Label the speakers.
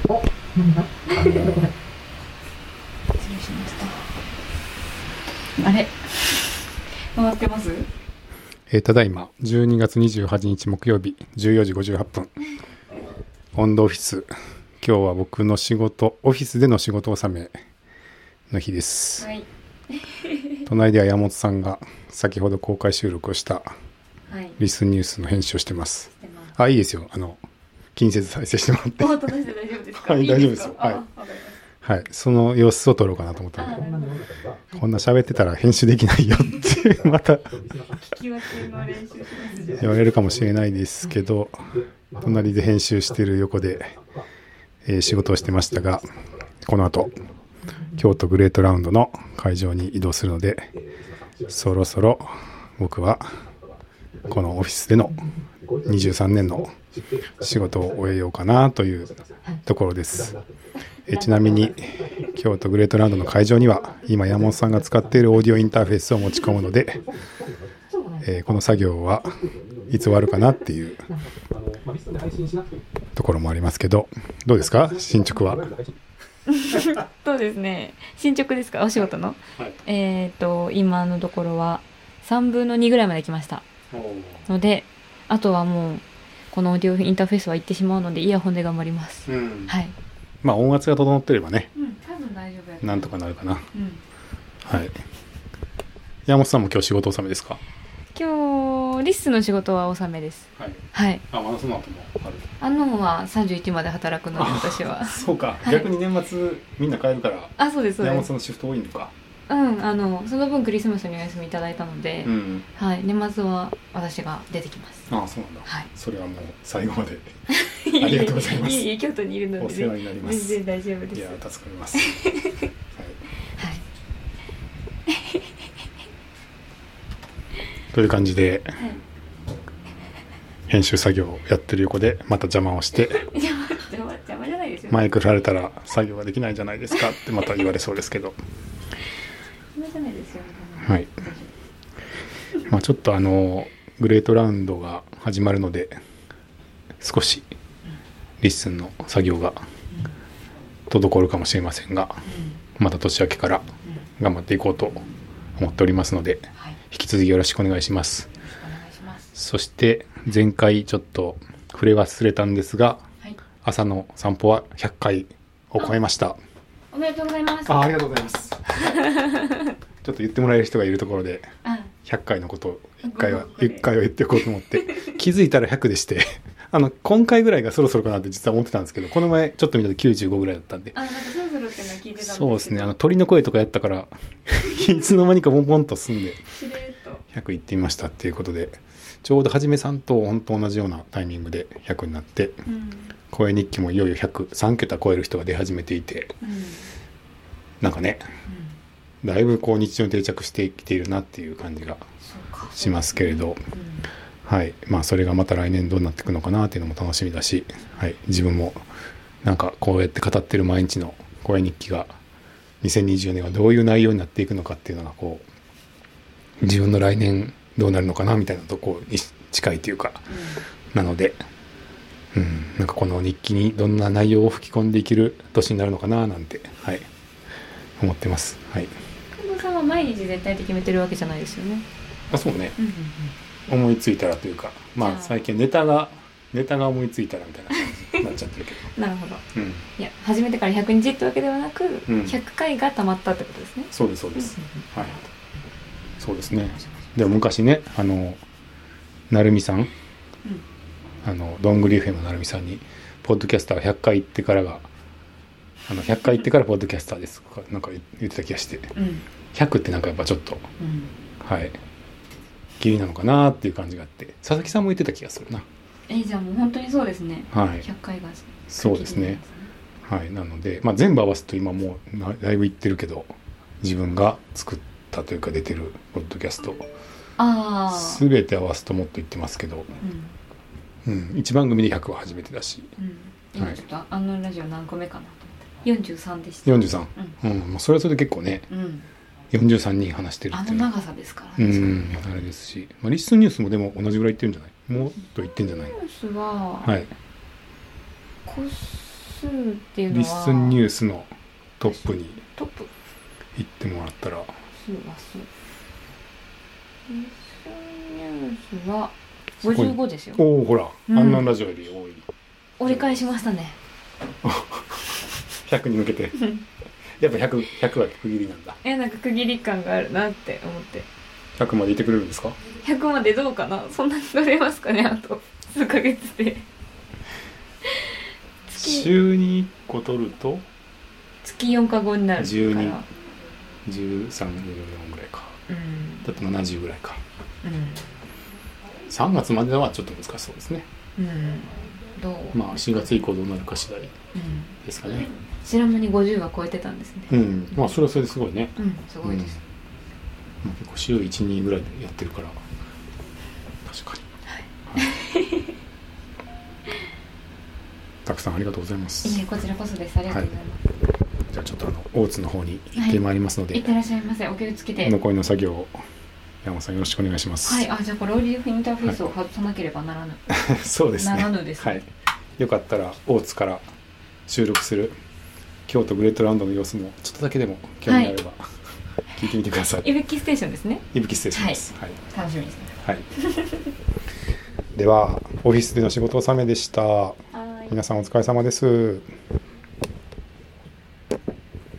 Speaker 1: なんだ
Speaker 2: 失礼
Speaker 3: あの
Speaker 2: しましたあれ回ってます
Speaker 3: えーただいま12月28日木曜日14時58分オンドオフィス今日は僕の仕事オフィスでの仕事納めの日です、
Speaker 2: はい
Speaker 3: 隣では山本さんが先ほど公開収録をした
Speaker 2: はい
Speaker 3: リスニュースの編集をしてます
Speaker 2: してます
Speaker 3: あいいですよあの気にせず再生してもらって
Speaker 2: パート出して大丈夫ですか
Speaker 3: はい大丈夫ですよ
Speaker 2: か
Speaker 3: はい
Speaker 2: あわかりま
Speaker 3: はいその様子を撮ろうかなと思ったん
Speaker 1: こ
Speaker 3: で
Speaker 1: んなに音楽が
Speaker 3: こんな喋ってたら編集できないよってまた
Speaker 1: リスナーさん
Speaker 2: す聞き分けの練習しますじゃ
Speaker 3: 言われるかもしれないですけど隣で編集してる横で、えー仕事をしてましたがこの後京都グレートラウンドの会場に移動するのでそろそろ僕はこのオフィスでの23年の仕事を終えようかなというところです、えーちなみに京都グレートラウンドの会場には今山本さんが使っているオーディオインターフェースを持ち込むので、えーこの作業はいつ終わるかなっていう
Speaker 1: あのまあリストで配信しなくても
Speaker 3: ところもありますけどどうですか進捗は
Speaker 2: そうですね進捗ですかお仕事の、
Speaker 3: はい
Speaker 2: えっ、と今のところは3分の2ぐらいまで来ましたのであとはもうこのオーディオインターフェースは行ってしまうのでイヤホンで頑張ります、
Speaker 3: うん
Speaker 2: はい、
Speaker 3: まあ音圧が整ってればね
Speaker 2: うん、多分大丈夫や
Speaker 3: なんとかなるかな
Speaker 2: うん
Speaker 3: はい山本さんも今日仕事納めですか
Speaker 2: 今日リスの仕事は納めです
Speaker 3: はい
Speaker 2: はい
Speaker 3: あまだその後もある
Speaker 2: あのは31まで働くので私 は
Speaker 3: そうか、
Speaker 2: はい
Speaker 3: 逆に年末みんな帰るから
Speaker 2: あそうですそう
Speaker 3: 山
Speaker 2: です
Speaker 3: 本さんのシフト多いのか
Speaker 2: うんあのその分クリスマスにお休みいただいたので、
Speaker 3: ん
Speaker 2: はい年末は私が出てき ます
Speaker 3: ああそうなんだ
Speaker 2: はい
Speaker 3: それはもう最後までありがとうございます
Speaker 2: いえいえ京都にいるの
Speaker 3: お
Speaker 2: で
Speaker 3: 世話になります
Speaker 2: 全然大丈夫です
Speaker 3: いや助かり ます、はい、
Speaker 2: はい
Speaker 3: という感じで
Speaker 2: はい
Speaker 3: 編集作業をやってる横でまた邪魔をして
Speaker 2: 邪魔邪魔邪魔じゃないですよ、
Speaker 3: マイク振られたら作業ができないじゃないですかってまた言われそうですけど
Speaker 2: 邪魔じゃないですよ
Speaker 3: はい
Speaker 2: 大丈夫
Speaker 3: まあ、ちょっとあのグレートラウンドが始まるので少しリッスンの作業が滞るかもしれませんがまた年明けから頑張っていこうと思っておりますので
Speaker 2: はい
Speaker 3: 引き続きよろしくお願いします
Speaker 2: お願いします
Speaker 3: そして前回ちょっと触れ忘れたんですが
Speaker 2: はい
Speaker 3: 朝の散歩は100回を超えました
Speaker 2: おめでとうございます
Speaker 3: あありがとうございます ちょっと言ってもらえる人がいるところで
Speaker 2: あ
Speaker 3: 100回のことを1回
Speaker 2: ご
Speaker 3: は
Speaker 2: 報告で
Speaker 3: 1回は言っておこうと思って 気づいたら100でして あの今回ぐらいがそろそろかなって実は思ってたんですけどこの前ちょっと見たと95ぐらいだったんで
Speaker 2: あなんかそろそろっていうのは聞いてたんですけど
Speaker 3: そうですねあの鳥の声とかやったから いつの間にかボンボンと済んで
Speaker 2: しれっと
Speaker 3: 100行ってみましたっていうことでちょうどはじめさんと本当同じようなタイミングで100になって
Speaker 2: うん
Speaker 3: 声日記もいよいよ1003桁超える人が出始めていて
Speaker 2: うんうん
Speaker 3: なんかねだいぶこう日常に定着してきているなっていう感じが
Speaker 2: そうか
Speaker 3: しますけれ
Speaker 2: う
Speaker 3: ど。
Speaker 2: ん
Speaker 3: はい、まあそれがまた来年どうなっていくのかなっていうのも楽しみだし、はい、自分もなんかこうやって語ってる毎日の声日記が2020年はどういう内容になっていくのかっていうのがこう自分の来年どうなるのかなみたいなとこに近いというかなので、うん、なんかこの日記にどんな内容を吹き込んでいける年になるのかななんて、はい、思ってます。はい、
Speaker 2: 近藤さんは毎日絶対って決めてるわけじゃないですよね
Speaker 3: あそうね
Speaker 2: うんうん
Speaker 3: 思いついたらというかま
Speaker 2: じ
Speaker 3: あ
Speaker 2: ゃあ
Speaker 3: 最近ネタがネタが思いついたらみたいな感じになっちゃってるけ
Speaker 2: うんなるほど
Speaker 3: ど、うん、
Speaker 2: いや始めてから100日ってわけではなく、
Speaker 3: ん
Speaker 2: 100回がたまったってことですね
Speaker 3: そうですそうです、はいそうですね
Speaker 2: し
Speaker 3: でも昔ねあの成美さん
Speaker 2: うん
Speaker 3: あのどんぐり FM の成美さんに「ポッドキャスター100回行ってからがあの100回行ってからポッドキャスターです」とかなんか言ってた気がして
Speaker 2: うん
Speaker 3: 100ってなんかやっぱちょっと
Speaker 2: うん
Speaker 3: はいギリなのかなっていう感じがあって佐々木さんも言ってた気がするな
Speaker 2: えーじゃあもう本当にそうですね
Speaker 3: はい
Speaker 2: 100回が
Speaker 3: そうですねはい、なので、まあ、全部合わせると今もうなだいぶいってるけど自分が作ったというか出てるポッドキャスト
Speaker 2: ああ
Speaker 3: 全て合わすともっといってますけど、
Speaker 2: うん
Speaker 3: うん、1番組で100は初めてだし
Speaker 2: うん今ちょっとああのラジオ何個目かなと思って43でした
Speaker 3: 43、うんまあ、それはそれで結構ね
Speaker 2: うん
Speaker 3: 43人話してる
Speaker 2: あ
Speaker 3: って
Speaker 2: の
Speaker 3: いうのは
Speaker 2: 長さですから
Speaker 3: う
Speaker 2: ね
Speaker 3: んあれですし、まあ、リストニュースもでも同じぐらいいってるんじゃないもっといってんじゃない
Speaker 2: ニュースは、
Speaker 3: はい
Speaker 2: こっスっていうのは
Speaker 3: リッスンニュースのトップに
Speaker 2: トップ
Speaker 3: 行ってもらったら
Speaker 2: スはスリッスンニュースは
Speaker 3: そこに
Speaker 2: 55ですよ
Speaker 3: おおほら、
Speaker 2: うん
Speaker 3: あんなラジオより多い
Speaker 2: 折り返しましたね
Speaker 3: 100に向けてやっぱ 100, 100は区切りなんだ
Speaker 2: えなんか区切り感があるなって思って
Speaker 3: 100までいてくれるんですか
Speaker 2: 100までどうかなそんなに取れますかねあと数ヶ月で月
Speaker 3: 週に1個取ると
Speaker 2: 月4日後になるから
Speaker 3: 121314ぐらいか
Speaker 2: うん
Speaker 3: だと70ぐらいか
Speaker 2: うん
Speaker 3: 3月まではちょっと難しそうですね
Speaker 2: うんどう、
Speaker 3: まあ4月以降どうなるか次第
Speaker 2: うん、
Speaker 3: ですかね
Speaker 2: 知らん間に50は超えてたんですね
Speaker 3: うんまあそれはそれですごいね
Speaker 2: うん、すごいです、
Speaker 3: うん、結構週12ぐらいでやってるから確かに、はいたくさんありがとうございます
Speaker 2: いいえこちらこそですありがとうございます、
Speaker 3: じゃあちょっとあの大津の方に行ってまいりますので、
Speaker 2: いってらっしゃいませお気をつけて
Speaker 3: 残りの作業を山本さんよろしくお願いします
Speaker 2: はい、あじゃあこれオーディオフインターフェースを外さなければならぬ、
Speaker 3: そうですね
Speaker 2: ならぬですね
Speaker 3: はい、よかったら大津から収録する京都グレートラウンドの様子もちょっとだけでも興味があれば、聞いてみてください
Speaker 2: い、ぶきステーションですね
Speaker 3: いぶき失礼します、はい
Speaker 2: 楽しみですね
Speaker 3: はいではオフィスでの仕事納めでした
Speaker 2: はい
Speaker 3: 皆さんお疲れ様です